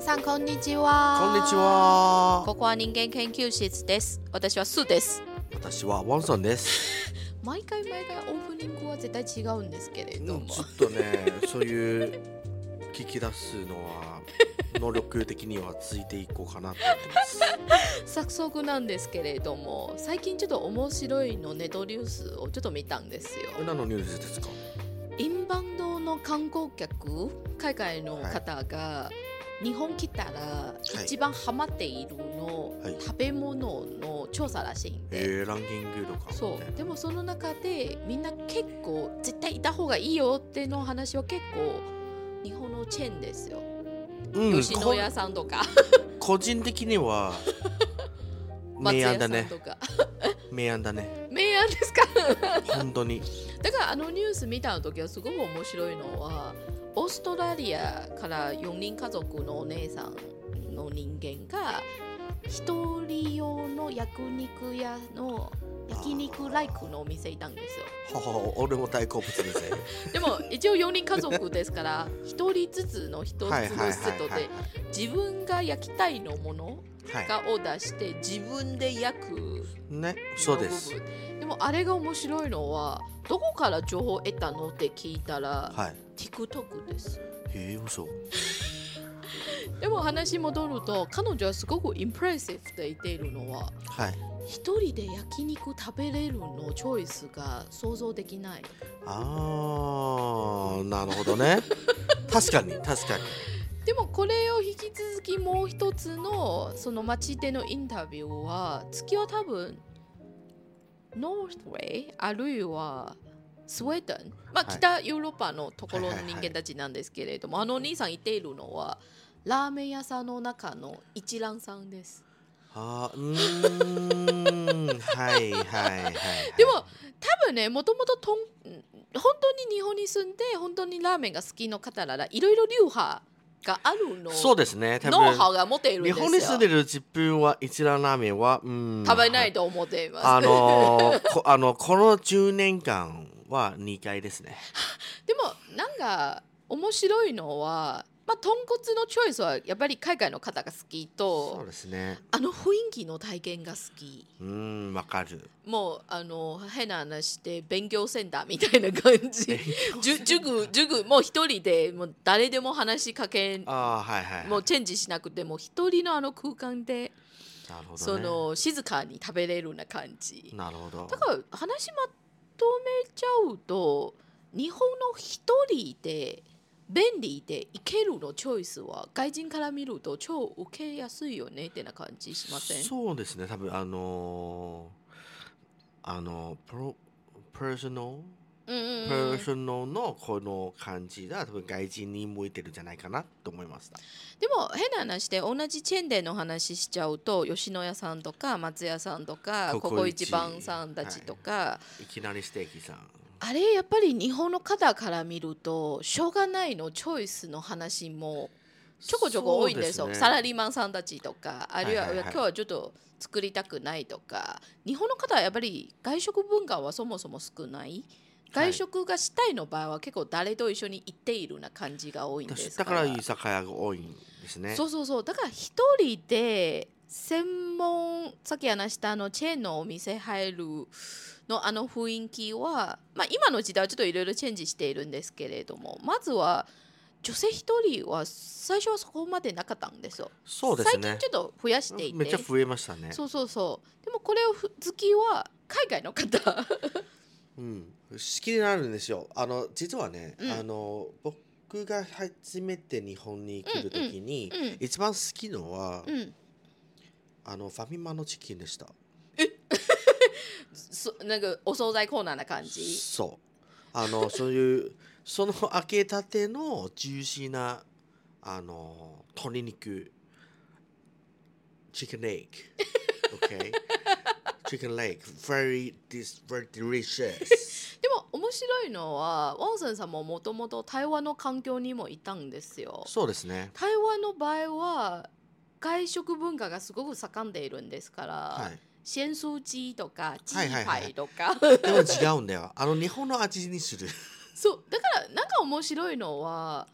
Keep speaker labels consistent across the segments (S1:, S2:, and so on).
S1: さんこんにちは
S2: こんにちは
S1: ここは人間研究室です私はスーです
S2: 私はワンさんです
S1: 毎回毎回オープニングは絶対違うんですけれ
S2: ち
S1: ど
S2: ょっ
S1: も
S2: とねそういう聞き出すのは能力的にはついていこうかなと思って ます
S1: 早速なんですけれども最近ちょっと面白いのネットニュースをちょっと見たんですよ
S2: 何のニュースですか
S1: インバウンドの観光客海外の方が日本来たら
S2: い
S1: 一番ハマっているの、
S2: はい
S1: 食べ物の調査らしいんで、
S2: えー、ランキングとか
S1: そ
S2: みたいうな
S1: でもその中でみんな結構絶対いた方がいいよっての話は結構日本のチェーンですよ、
S2: うん
S1: 吉野家さんとか
S2: こ個人的には
S1: 松
S2: 明
S1: 屋
S2: 暗
S1: さ
S2: だ
S1: ん
S2: ね
S1: とか
S2: 明暗だね
S1: 明暗ですか
S2: 本当に
S1: だからあのニュース見た時はすごく面白いのはオーストラリアから4人家族のお姉さんの人間が一人用の焼肉屋の焼肉ライクのお店いたんですよ
S2: ははは俺も大好物ですね
S1: でも一応4人家族ですから一人ずつの一つ
S2: はいはいはい
S1: のセット
S2: はい
S1: で自分が焼きたいのもの
S2: はい、は
S1: がを出して自分で焼く
S2: い、ねそうです
S1: の部分でもあれが面白いのはどこから情報を得たのって聞いたら、
S2: はい
S1: TikTok です
S2: へえ嘘
S1: でも話戻ると彼女はすごくインプレッシブで言っているのは
S2: はい
S1: 一人で焼肉食べれるのチョイスが想像できない
S2: あーなるほ どね確かに確かに
S1: でもこれを引き続きもう一つのその街でのインタビューは月は多分ノースウェイあるいはスウェーデン、まあ、
S2: はい
S1: 北ヨーロッパのところ
S2: はい
S1: の
S2: はいはい
S1: 人間たちなんですけれども、あのお兄さん言っているのはラーメン屋さんの中の一蘭さんです
S2: あーうーんはいはいはい、はい、
S1: でも多分ねもともととん本当に日本に住んで本当にラーメンが好きの方ならいろいろ流派があるの
S2: そうですね多
S1: ノウハウ
S2: 分
S1: が持っているんで
S2: 日
S1: すよ
S2: 本に住んでる自分は一蘭ラーメンはうん
S1: 食べないと思っています。
S2: あのーこ あのこの10年間は2回ですね
S1: でもなんか面白いのは、まあ、豚骨のチョイスはやっぱり海外の方が好き
S2: そう
S1: と
S2: ですね
S1: あの雰囲気の体験が好き
S2: うーんわ かる
S1: もうあの変な話で勉強センターみたいな感じじゅ塾塾もう一人でもう誰でも話しかけ
S2: ああはいはいはい
S1: もうチェンジしなくても一人のあの空間で
S2: なるほど、ね、
S1: その静かに食べれるような感じ。
S2: なるほど
S1: だから話まとめちゃうと日本の一人で便利でいけるのチョイスは外人から見ると超受けやすいよねってな感じしません
S2: そうですね多分あのーあのプロパーソナル
S1: うんうん
S2: パ
S1: うん
S2: ーソナルのこの感じが多分外人に向いてるんじゃないかなと思いました
S1: でも変な話で同じチェーン店の話しちゃうと吉野家さんとか松屋さんとか
S2: コ
S1: こ
S2: コイチ
S1: こ一番さんたちとか、
S2: いきなりステーキさん
S1: あれやっぱり日本の方から見るとしょうがないのチョイスの話もちょこちょこ多いんですよ
S2: そうね
S1: サラリーマンさんたちとかあるいは,、
S2: はいはいはい
S1: 今日はちょっと作りたくないとか日本の方はやっぱり外食文化はそもそも少ない外食がしたいの場合は結構誰と一緒に行っているような感じが多いんです
S2: だ
S1: か
S2: からら居酒屋が多いんですね
S1: そうそうそうだから一人で専門さっき話したあのチェーンのお店入るのあの雰囲気は、まあ、今の時代はちょっといろいろチェンジしているんですけれどもまずは女性一人は最初はそこまでなかったんですよ。
S2: そうです
S1: 最
S2: ね
S1: 近ちょっと増やしていて
S2: めっちゃ増えましたね
S1: そうそうそうでもこれをふ好きは海外の方
S2: うん、好きになるんですよあの実はね、
S1: うん
S2: あの僕が初めて日本に来る時に、
S1: うん
S2: 一番好きのは、
S1: うん
S2: あのファミマのチキンでした
S1: そなんかお惣菜コーナーな感じ
S2: そうあ のそういうその開けたてのジューシーなあの鶏肉チキンレイク OK チキンレイク very this very delicious
S1: でも面白いのはワンセンさんももともと台湾の環境にもいたんですよ
S2: そうですね
S1: 台湾の場合は外食文化がすごく盛んでいるんですから、
S2: は
S1: シェンスーチーとかチ
S2: はいは
S1: ー
S2: いは
S1: パ
S2: い
S1: イとか、
S2: いでも違うんだよあの日本の味にする
S1: そうだからなんか面白いのは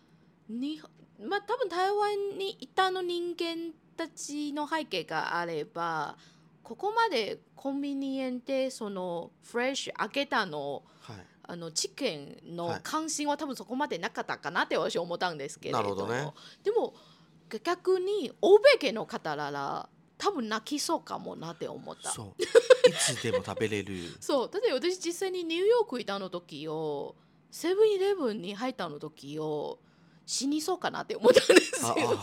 S1: にまあ多分台湾にいたあの人間たちの背景があればここまでコンビニエンでそのフレッシュ開けたの
S2: はい
S1: あのチキンの
S2: はい
S1: 関心は多分そこまでなかったかなって私は思ったんですけれど
S2: なるほどね
S1: でも逆に欧米系の方なら多分泣きそうかもなって思った
S2: そういつでも食べれる
S1: そうだって私実際にニューヨークいたの時をセブンイレブンに入ったの時を死に そうかなって思ったんです
S2: ああ
S1: けど
S2: ニュ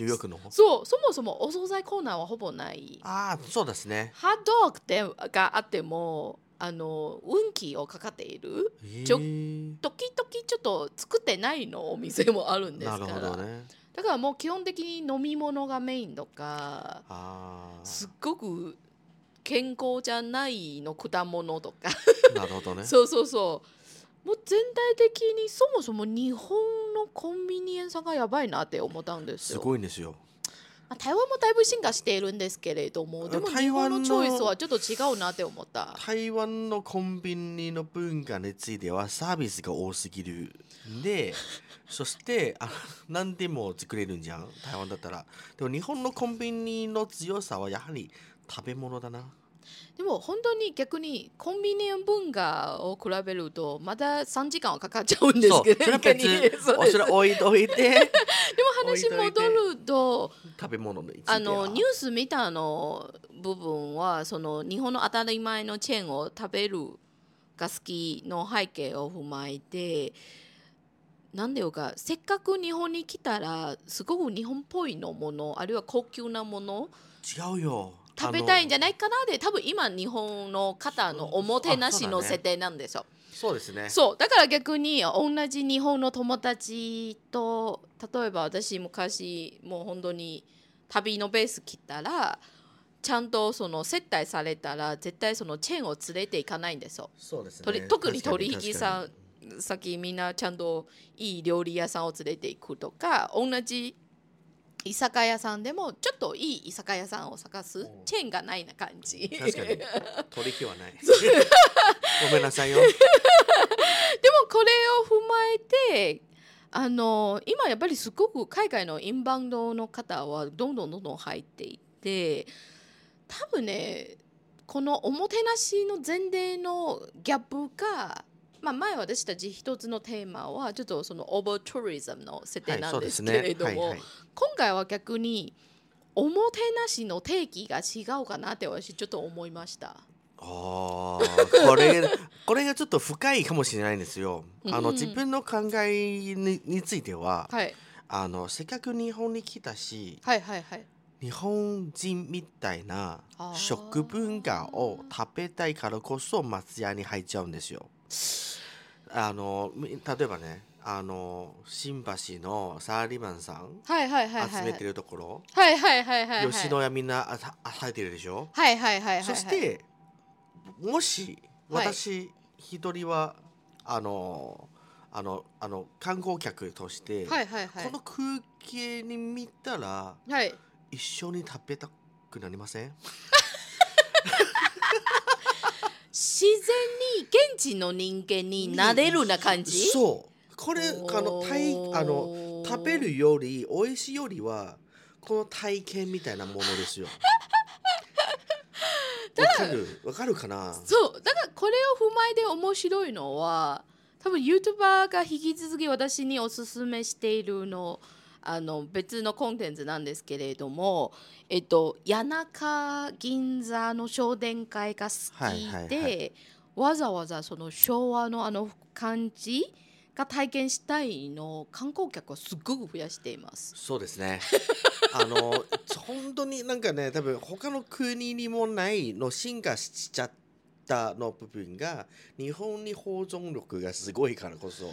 S2: ーヨークの
S1: そうそもそもお惣菜コーナーはほぼない
S2: ああそうですね
S1: ハットドッグでがあってもあの運気をかかっているちょ
S2: へー
S1: 時々ちょっと作ってないのお店もあるんです
S2: な
S1: か
S2: る
S1: ら
S2: ほどね
S1: だからもう基本的に飲み物がメインとか
S2: あ
S1: すっごく健康じゃないの果物とか
S2: あなるほど ね
S1: そうそうそうもう全体的にそもそも日本のコンビニエンスさがやばいなって思ったんです
S2: す
S1: よ。
S2: ごいんですよ
S1: まあ台湾もだいぶ進化しているんですけれどもでも
S2: 台
S1: 日
S2: 湾
S1: 本
S2: の
S1: のチョイスはちょっと違うなって思った。
S2: 台湾のコンビニの文化についてはサービスが多すぎる んでそしてあ何でも作れるんじゃん台湾だったらでも日本のコンビニの強さはやはり食べ物だな
S1: でも本当に逆にコンビニエンス文化を比べるとまだ3時間はかかっちゃうんです
S2: そう
S1: け
S2: それ
S1: ど
S2: は
S1: 逆
S2: 別
S1: に
S2: に
S1: そうです
S2: それは置いといて
S1: でも話戻ると
S2: 食べ物については
S1: あのニュース見たの部分はその日本の当たり前のチェーンを食べるが好きの背景を踏まえて何でよかせっかく日本に来たらすごく日本っぽいのものあるいは高級なもの
S2: 違うよ
S1: 食べたいんじ
S2: ゃ
S1: ゃないかなで多分今日本の方のおもてなしの設定なんですよ。
S2: そうですね
S1: そうだから逆に同じ日本の友達と例えば私昔もう本当に旅のベース来たらちゃんとその接待されたら絶対そのチェーンを連れていかないんですよ。
S2: そうですね
S1: 取り特に
S2: 確か
S1: 取引さん
S2: 確かに
S1: さっきみんなちゃんといい料理屋さんを連れていくとか同じ居酒屋さんでもちょっといい居酒屋さんを探
S2: う
S1: す
S2: ん
S1: チェーンがないな感じ。
S2: 確かに取引はないごめんなさいよ
S1: でもこれを踏まえてあの今やっぱりすごく海外のインバウンドの方はどんどんどんどん入っていって多分ねこのおもてなしの前提のギャップが、まあ、前私たち一つのテーマはちょっとそのオーバートリズムの設定なんですけれども、
S2: はいはい
S1: 今回は逆におもてなしの定義が違うかなって私ちょっと思いました。
S2: あーこれこれがちょっと深いかもしれないんですよ。あの
S1: うん
S2: 自分の考えにについては、
S1: はい、
S2: あのせっかく日本に来たし
S1: はい、はいはい
S2: 日本人みたいな
S1: あー
S2: 食文化を食べたいからこそ松屋に入っちゃうんですよ。あのみ例えばねあの新橋のサラリーマンさん
S1: はいはいはいは
S2: 集
S1: い
S2: めてるところ、
S1: はいはいはいはいはい。
S2: 吉野家みんなあた入ってるでしょ、
S1: はいはいはいはいはい。
S2: そしてもし
S1: はい
S2: 私一人は、あのあのあの観光客として、
S1: はいはいはい。
S2: この空気に見たら
S1: はい。
S2: 一緒に食べたくなりません
S1: 自然に現地の人間になれるな感じ。う。
S2: そうこれあの体あ
S1: の
S2: の食べるより美味しいよりはこの体験みたいなものです よ。わかるわかるかな
S1: そうだからこれを踏まえて面白いのは多分 YouTuber が引き続き私におすすめしているのあの別のコンテンツなんですけれども、えっと、谷中銀座の商店会が好きで、
S2: はいはいは
S1: わざわざその昭和のあの感じが体験したいの観光客をすっごく増やしています。
S2: そうですね。 あの本当になんかね多分他の国にもないの進化しちゃったの部分が日本に保存力がすごいからこそ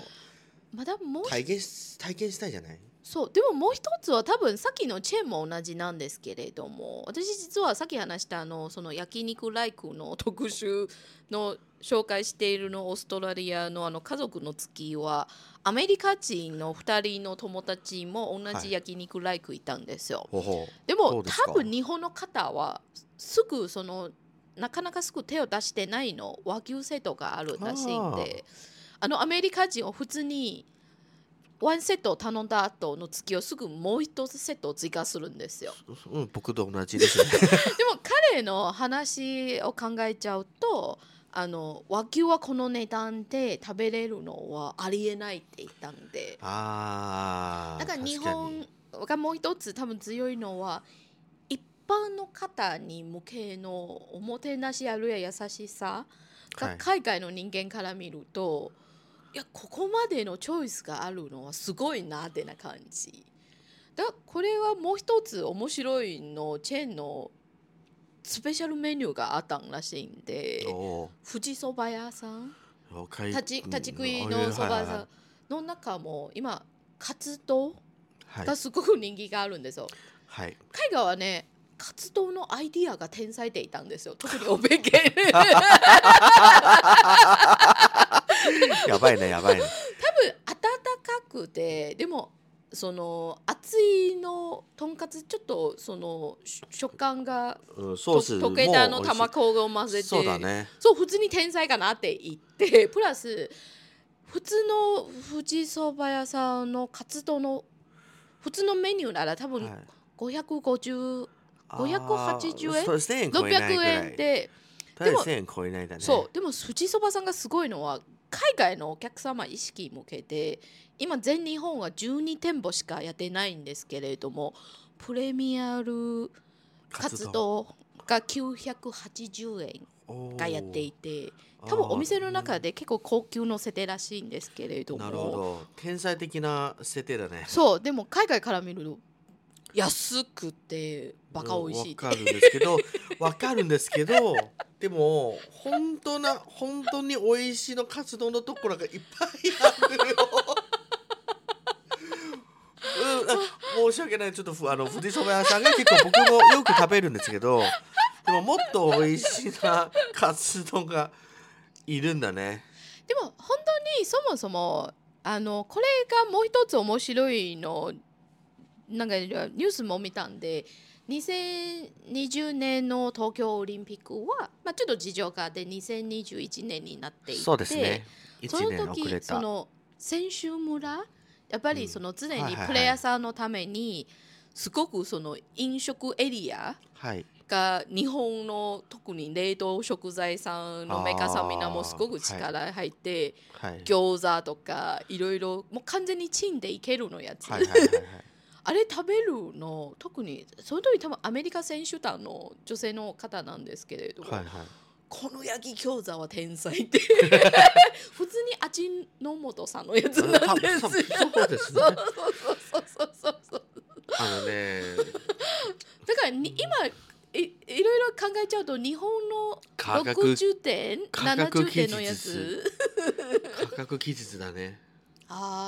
S1: まだもう
S2: 体験し体験したいじゃない
S1: そうでももう一つは多分さっきのチェーンも同じなんですけれども私実はさっき話したあのその焼肉ライクの特集の紹介しているのオーストラリアのあの家族の月はアメリカ人の2人の友達も同
S2: はい
S1: じ焼肉ライクいたんですよ、
S2: ほうほ
S1: で
S2: そ
S1: も
S2: うですか
S1: 多分日本の方はすぐそのなかなかすぐ手を出してないの和牛制度があるらしいんであのアメリカ人を普通にワンセットを頼んだ後の月をすぐもう一つセットを追加するんです よ。
S2: うん、僕と同じです ね。
S1: でも彼の話を考えちゃうとあの和牛はこの値段で食べれるのはありえないって言ったんで
S2: ああ。
S1: だから日
S2: 確かに
S1: 本がもう一つ多分強いのは一般の方に向けのおもてなしあるいは優しさ
S2: は
S1: が
S2: い
S1: 海外の人間から見ると、い、やここまでのチョイスがあるのはすごいなってな感じだこれはもう一つ面白いのチェーンのスペシャルメニューがあったらしいんで
S2: お
S1: 富士そば屋さん
S2: ー了解
S1: 立ち立ち食い
S2: うんあ
S1: のそば
S2: はい
S1: 屋さんの中も今カツ丼
S2: はいは
S1: が
S2: い
S1: すごく人気があるん ですよ。
S2: はい
S1: 海外はね活動のアイディアが天才でいたんです よ特にお弁慶多分
S2: やばいねやばいね
S1: 暖かくてでもその熱いのとんかつちょっとそのし食感が
S2: うんソ
S1: と
S2: ースも
S1: 溶けたあの
S2: 美味しい
S1: 卵を混ぜて
S2: そうだね
S1: そう普通に天才かなって言って プラス普通の富士そば屋さんの活動の普通のメニューなら多分
S2: はい
S1: 550、
S2: あー
S1: 580円
S2: そう1000円超えないぐら
S1: 600
S2: い
S1: 円で。
S2: ただ
S1: でも
S2: 1000円超えないだね
S1: そうでも藤井そばさんがすごいのは海外のお客様意識向けて今全日本は12店舗しかやってないんですけれどもプレミアル活動が980円
S2: 動
S1: がやっていて多分お店の中で結構高級の設定らしいんですけれども
S2: なるほど天才的な設定だね
S1: そうでも海外から見ると安くてバカ美味しい
S2: うんわかるんですけど わかるんですけどでも本当な本当に美味しいのカツ丼のところがいっぱいあるよ。 うん、あ申し訳ないちょっとふあの富士そば屋さんが結構僕もよく食べるんですけどでももっと美味しいなカツ丼がいるんだね。
S1: でも本当にそもそもあのこれがもう一つ面白いのなんかニュースも見たんで2020年の東京オリンピックは、まあ、ちょっと事情があって2021年になっていて
S2: そうですね。一
S1: その
S2: 年遅
S1: 時
S2: れ
S1: そ
S2: た。
S1: の選手村やっぱ
S2: う
S1: り
S2: ん
S1: その常
S2: はい
S1: に
S2: はいはい
S1: プレイヤーさんのためにすごくその飲食エリア
S2: はい。
S1: が日本の特に冷凍食材さんのメーカーさんみんなもうすごく力入って、
S2: はい。
S1: 餃子とかいろいろもう完全にチンでいけるのやつ、
S2: はいはいはいはい。
S1: あれ食べるの特にその時多分アメリカ選手団の女性の方なんですけれども、
S2: はいはい。
S1: この焼き餃子は天才 で普通に味の素さんのやつなんです
S2: あ
S1: よ
S2: そうそうですね
S1: そうそうそうそうそうそう
S2: あのね。
S1: だからに今いいろいろ考えちゃうと日本の
S2: 科学
S1: 60点
S2: 科学
S1: 70
S2: 技
S1: 点
S2: 術
S1: のやつ
S2: 価格期日だね。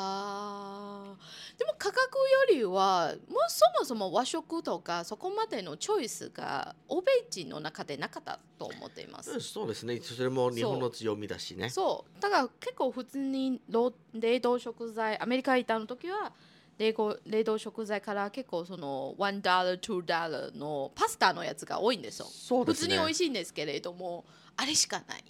S1: あーでも価格よりはもうそもそも和食とかそこまでのチョイスが欧米人の中でなかったと思っています。
S2: うんそうですね。それも日本の強みだしね。
S1: そうだから結構普通にろ冷凍食材アメリカ行ったの時は冷凍冷凍食材から結構その1ダール2ダールのパスタのやつが多いんですよ。
S2: そう
S1: 普通に美味
S2: しい。
S1: しいんですけれどもあれしかない。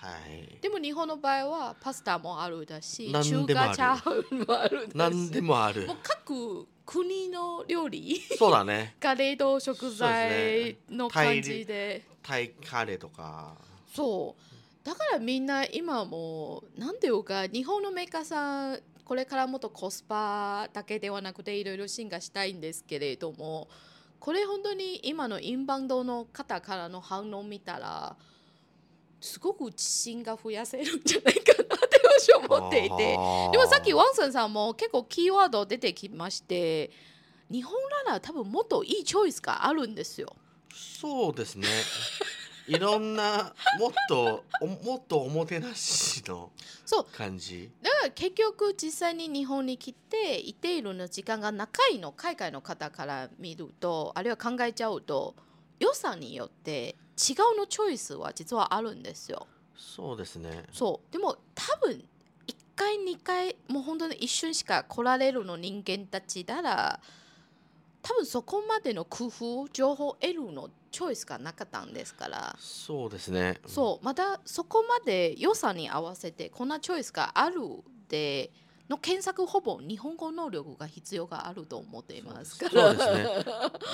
S2: はい。
S1: でも日本の場合はパスタもあるだし
S2: 何
S1: 中
S2: でもあ
S1: 華
S2: る
S1: チャーハンもあるだし。
S2: 何でもある
S1: もう。各国の料理
S2: そうだね。
S1: が冷凍食材の感
S2: そうですね
S1: じで
S2: タイカレーとか。
S1: そうだからみんな今もうなんていうか日本のメーカーさんこれからもっとコスパだけではなくていろいろ進化したいんですけれどもこれ本当に今のインバウンドの方からの反応見たらすごく自信が増やせるんじゃないかなって私は思っていて。
S2: あー
S1: でもさっきワンソンさんも結構キーワード出てきまして日本なら多分もっといいチョイスがあるんですよ。
S2: そうですね。いろんなもっとおもっとおもてなしの
S1: そう
S2: 感じ。
S1: だから結局実際に日本に来ていているの時間が長いの海外の方から見るとあるいは考えちゃうと予算によって違うのチョイスは実はあるんですよ。
S2: そうですね。
S1: そうでも多分1回2回もう本当に一瞬しか来られるの人間たちなら多分そこまでの工夫情報を得るのチョイスがなかったんですから
S2: そうですね。
S1: そうまたそこまで良さに合わせてこんなチョイスがあるでの検索ほぼ日本語能力が必要があると思っていますか
S2: そう
S1: ら
S2: ですね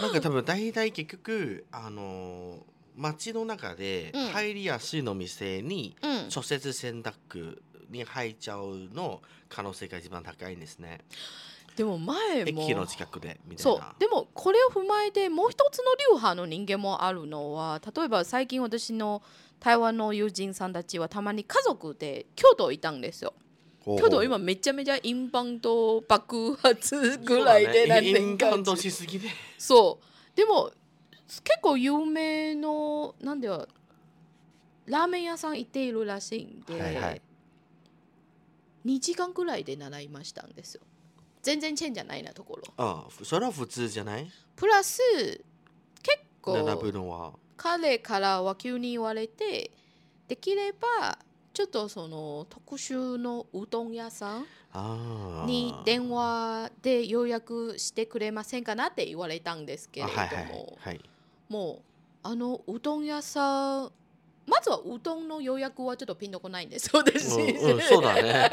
S2: なんか多分大体結局あのー街の中で
S1: うん
S2: 入りやすいの店に
S1: うん
S2: 直接選択に入っちゃうの可能性が一番高いんですね
S1: でも前も
S2: 駅の近くでみたい
S1: そう
S2: な
S1: でもこれを踏まえてもう一つの流派の人間もあるのは例えば最近私の台湾の友人さんたちはたまに家族で京都いたんですよ
S2: ほうほ
S1: 京
S2: う
S1: 都今めちゃめちゃインバウンド爆発ぐらいで
S2: そうだ
S1: 何
S2: ねインイ
S1: 年
S2: ンカウ
S1: か
S2: ントしすぎで
S1: そうでも結構有名のなんではラーメン屋さん行っているらしいんで、
S2: はいはい
S1: 2時間ぐらいで習いましたんですよ全然チェーンじゃないなところ
S2: ああそれは普通じゃない
S1: プラス結
S2: 並ぶ
S1: 構
S2: のは
S1: 彼からは急に言われてできればちょっとその特集のうどん屋さん
S2: ああ
S1: に電話で予約してくれませんかなって言われたんですけれども、
S2: あはいはいはい
S1: もうあのうどん屋さんまずはうどんの予約はちょっとピンとこないんです私、
S2: うんうん、そうだ ね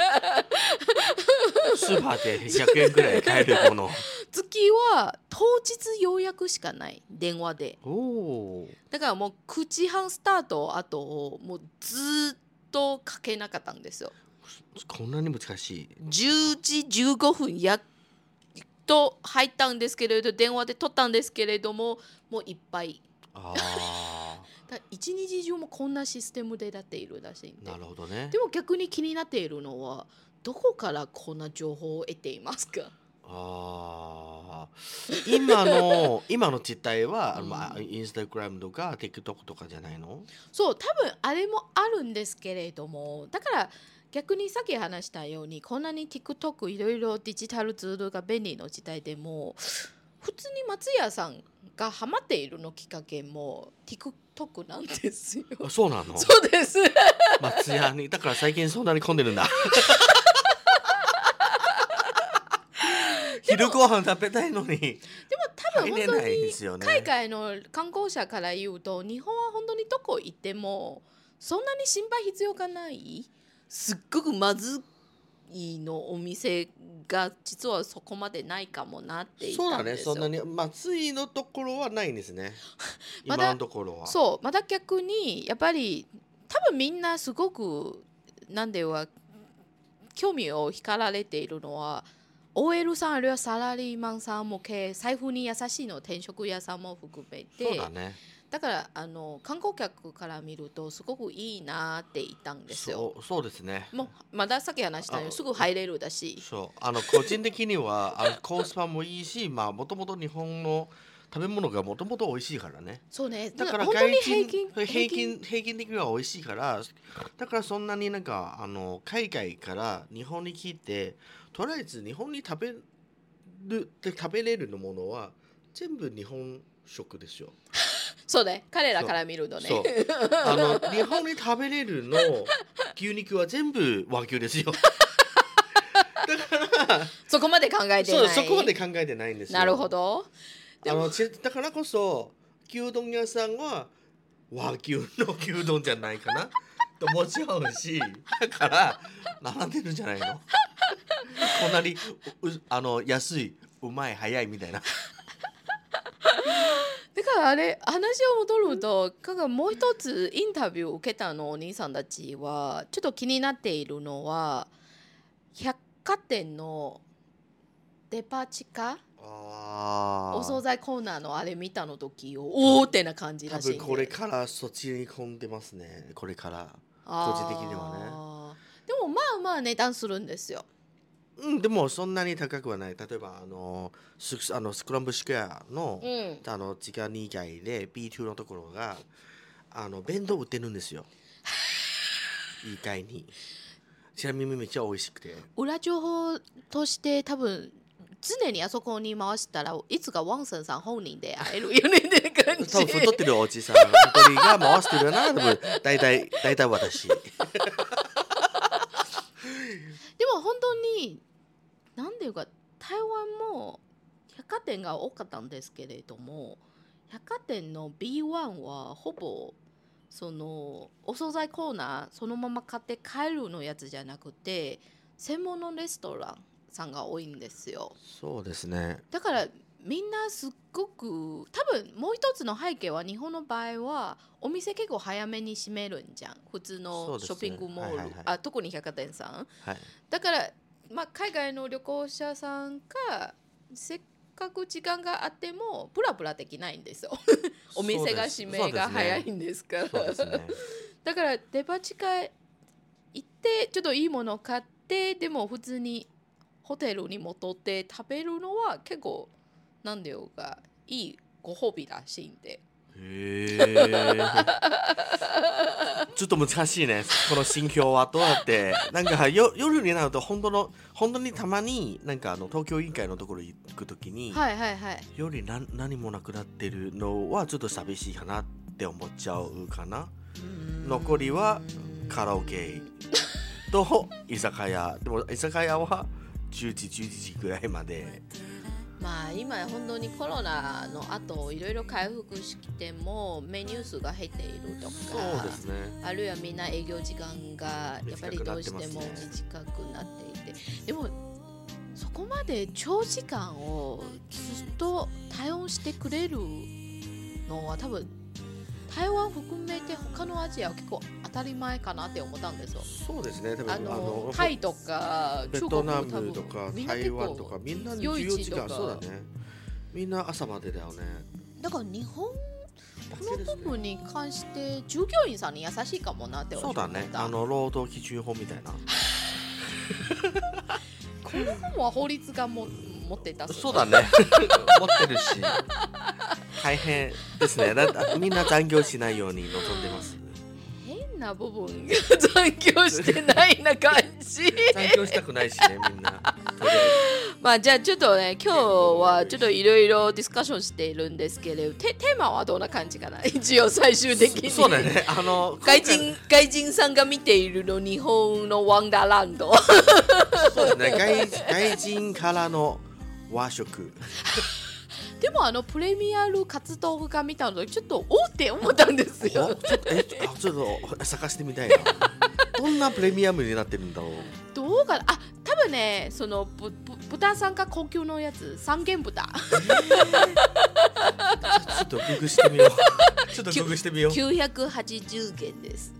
S2: スーパーで100円ぐらい買えるもの
S1: 月は当日予約しかない電話で
S2: おおー
S1: だからもう9時半スタートあともうずっとかけなかったんですよ
S2: こんなに難しい
S1: 10時15分やっと入ったんですけれど電話で取ったんですけれどももういっぱい
S2: ああ
S1: だから一日中もこんなシステムでなっているらしいん
S2: ー
S1: で
S2: なるほどね
S1: でも逆に気になっているのはどこからこんな情報を得ていますか
S2: あー今の今の実態は、
S1: うん
S2: まあ、インスタグラムとか TikTok とかじゃないの
S1: そう多分あれもあるんですけれどもだから逆にさっき話したようにこんなに TikTok いろいろデジタルツールが便利の時代でも普通に松屋さんがハマっているのきっかけも TikTok なんですよ。
S2: あそうなの
S1: そうです
S2: 松屋にだから最近そんなに混ん でるんだ昼ご飯食べたいのに
S1: 多分
S2: 入れ
S1: 本
S2: な
S1: 当
S2: いん
S1: に
S2: ですよね
S1: 海外の観光者から言うと日本は本当にどこ行ってもそんなに心配必要がないすっごくまずいのお店が実はそこまでないかもなって言っ
S2: そう
S1: た
S2: だ
S1: んで
S2: ね
S1: すよ
S2: そんなに松井のところはないんですね
S1: まだ
S2: 今のところは
S1: そうまた逆にやっぱり多分みんなすごくなんでは興味を惹かられているのは OL さんあるいはサラリーマンさんも経営財布に優しいの転職屋さんも含めて
S2: そうだね
S1: だからあの観光客から見るとすごくいいなって言ったんですよ。
S2: そうそうですね
S1: もうまださっき話したように
S2: あ
S1: すぐ入れるだし
S2: そうあの個人的には あのコスパもいいしまあもともと日本の食べ物がもともと美味しいからね
S1: そうねだ
S2: だ
S1: か
S2: からら
S1: 本当に
S2: 外
S1: 平
S2: 人
S1: 均
S2: 平均平均的には美味しいからだからそんなになんかあの海外から日本に来てとりあえず日本に食べるで食べれるのものは全部日本食ですよ。
S1: そうね彼らから見るとね
S2: そうあの日本に食べれるの牛肉は全部和牛ですよ。だから
S1: そこまで考えて
S2: そう
S1: ない
S2: そこまで考えてないんですよ。
S1: なるほどで
S2: あ
S1: も
S2: のちだからこそ牛丼屋さんは和牛の牛丼じゃないかなと思っちゃうしだから並んでるんじゃないのこんなにううあの安いうまい早いみたいな
S1: だからあれ話を戻るとかがもう一つインタビューを受けたのお兄さんたちはちょっと気になっているのは百貨店のデパ地下
S2: あ
S1: お惣菜コーナーのあれ見たの時をおーってな感じ
S2: 多
S1: らしいんで
S2: 分これからそっちに混んでますねこれから
S1: あー
S2: 個人的には
S1: でもまあまあ値段するんですよ
S2: うんでもそんなに高くはない例えばあのスクあのスクランブルスクエアの、
S1: うん
S2: あの時間以外で B2 のところがあの弁当売ってるんですよ意外にちなみにめっちゃ美味しくて
S1: 裏情報として多分常にあそこに回したらいつかワンセンさん本人で会えるよねって感じ
S2: 多分太ってるおじさん一人が回してるな多分大体大体 私
S1: でも本当に何ていうか台湾も百貨店が多かったんですけれども百貨店の B1 はほぼそのお惣菜コーナーそのまま買って帰るのやつじゃなくて専門のレストランさんが多いんですよ
S2: そうですね。
S1: だからみんなすっごく多分もう一つの背景は日本の場合はお店結構早めに閉めるんじゃん普通
S2: そう
S1: の
S2: ですね
S1: ショッピングモール、
S2: はいはいはい
S1: あ特に百貨店さん
S2: はい。
S1: だから、まあ、海外の旅行者さんがせっかく時間があってもプラプラできないんですよお店が閉めが早いんですから
S2: そうですね。
S1: だからデパ地下行ってちょっといいもの買ってでも普通にホテルに戻って食べるのは結構なんだよがいいご褒美らしいんで
S2: へえ。ちょっと難しいね。この心境はどうやって。なんかよ夜になると本当の本当にたまになんかあの東京委員会のところに行くときに、
S1: はいはいはい
S2: 夜な何もなくなってるのはちょっと寂しいかなって思っちゃうかな。残りはカラオケと居酒屋でも居酒屋は10時11時ぐらいまで
S1: まあ今本当にコロナの後いろいろ回復してもメニュー数が減っているとか
S2: そうですね
S1: あるいはみんな営業時間がやっぱりどうしても
S2: 短
S1: 短くなっていてでもそこまで長時間をずっと対応してくれるのは多分台湾含めて他のアジアは結構当たり前かなって思ったんですよ。
S2: そうですね多分
S1: あのタイとか
S2: ベ
S1: 中
S2: ト
S1: 国
S2: ナ
S1: も多
S2: ム
S1: 分
S2: とか
S1: みんな
S2: 台
S1: 結
S2: 湾とか
S1: 構
S2: みんな
S1: 夜
S2: 14
S1: 市
S2: 時
S1: とか
S2: 間そうだねみんな朝までだよね
S1: だから日本こ
S2: そうで
S1: の
S2: す
S1: 部
S2: ね
S1: 分に関して従業員さんに優しいかもなって
S2: そ
S1: 思
S2: う
S1: っ
S2: だ
S1: た
S2: ねあの労働基準法みたいな
S1: この本は法律がも持ってた
S2: そうだね持ってるし大変です ねだみんな残業しないように望んでます
S1: 変な部分が残業してないな感じ
S2: 残業したくないしねみんなとりあえず
S1: まあじゃあちょっとね今日はちょっといろいろディスカッションしているんですけれどテテーマはどんな感じか な一応最終的に
S2: そうだよね。あの
S1: 外人外人さんが見ているの日本のワンダーランド
S2: そうだね外外人からの和食。
S1: でもあのプレミアル活動家見たのでちょっとおーって思ったんです
S2: おちょ
S1: よ
S2: っとえちょあちょっと探してみたいな。どんなプレミアムになってるんだろう。
S1: どうかなあ多分ねそのぶぶ豚さんが高級のやつ三元豚
S2: ちょっとググしてみよ う。ちょっとググしてみよう。
S1: 980元です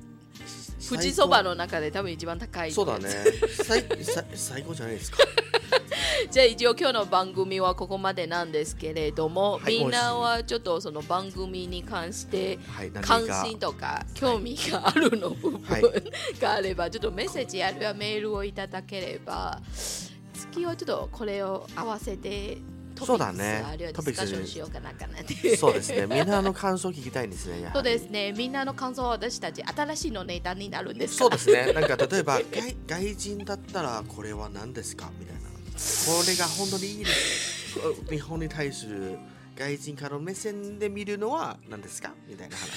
S1: 富士そばの中で多分一番高い
S2: 最高。そうだね。最 最最高じゃないですか。
S1: じゃあ一応今日の番組はここまでなんですけれども、
S2: はい
S1: みんなはちょっとその番組に関して
S2: はい何か。
S1: 関心とか興味があるの部分
S2: はい
S1: があればちょっとメッセージあるいはメールをいただければ次はちょっとこれを合わせてトピ
S2: そう
S1: ッ
S2: だ
S1: クス、
S2: ね
S1: あるいはデ
S2: ト
S1: ィ
S2: ピ
S1: ス
S2: ック
S1: カッシ
S2: ス
S1: ョンしようかなかなって
S2: そうですね。みんなの感想聞きたいんですね。やはり
S1: そうですねみんなの感想は私たち新しいのネタになるんです
S2: そ
S1: か
S2: うですね。なんか例えば外外人だったらこれは何ですかみたいな。これが本当にいいです。日本に対する外人からの目線で見るのは何ですかみたいな話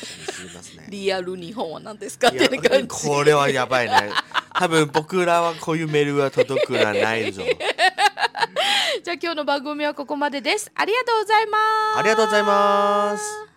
S2: にしますね。
S1: リアル日本は何ですかっ
S2: い
S1: て
S2: や
S1: いう感じ
S2: これはやばいね。多分僕らはこういうメールは届くらないぞ。
S1: じゃあ今日の番組はここまでですありがとうございます
S2: ありがとうございます。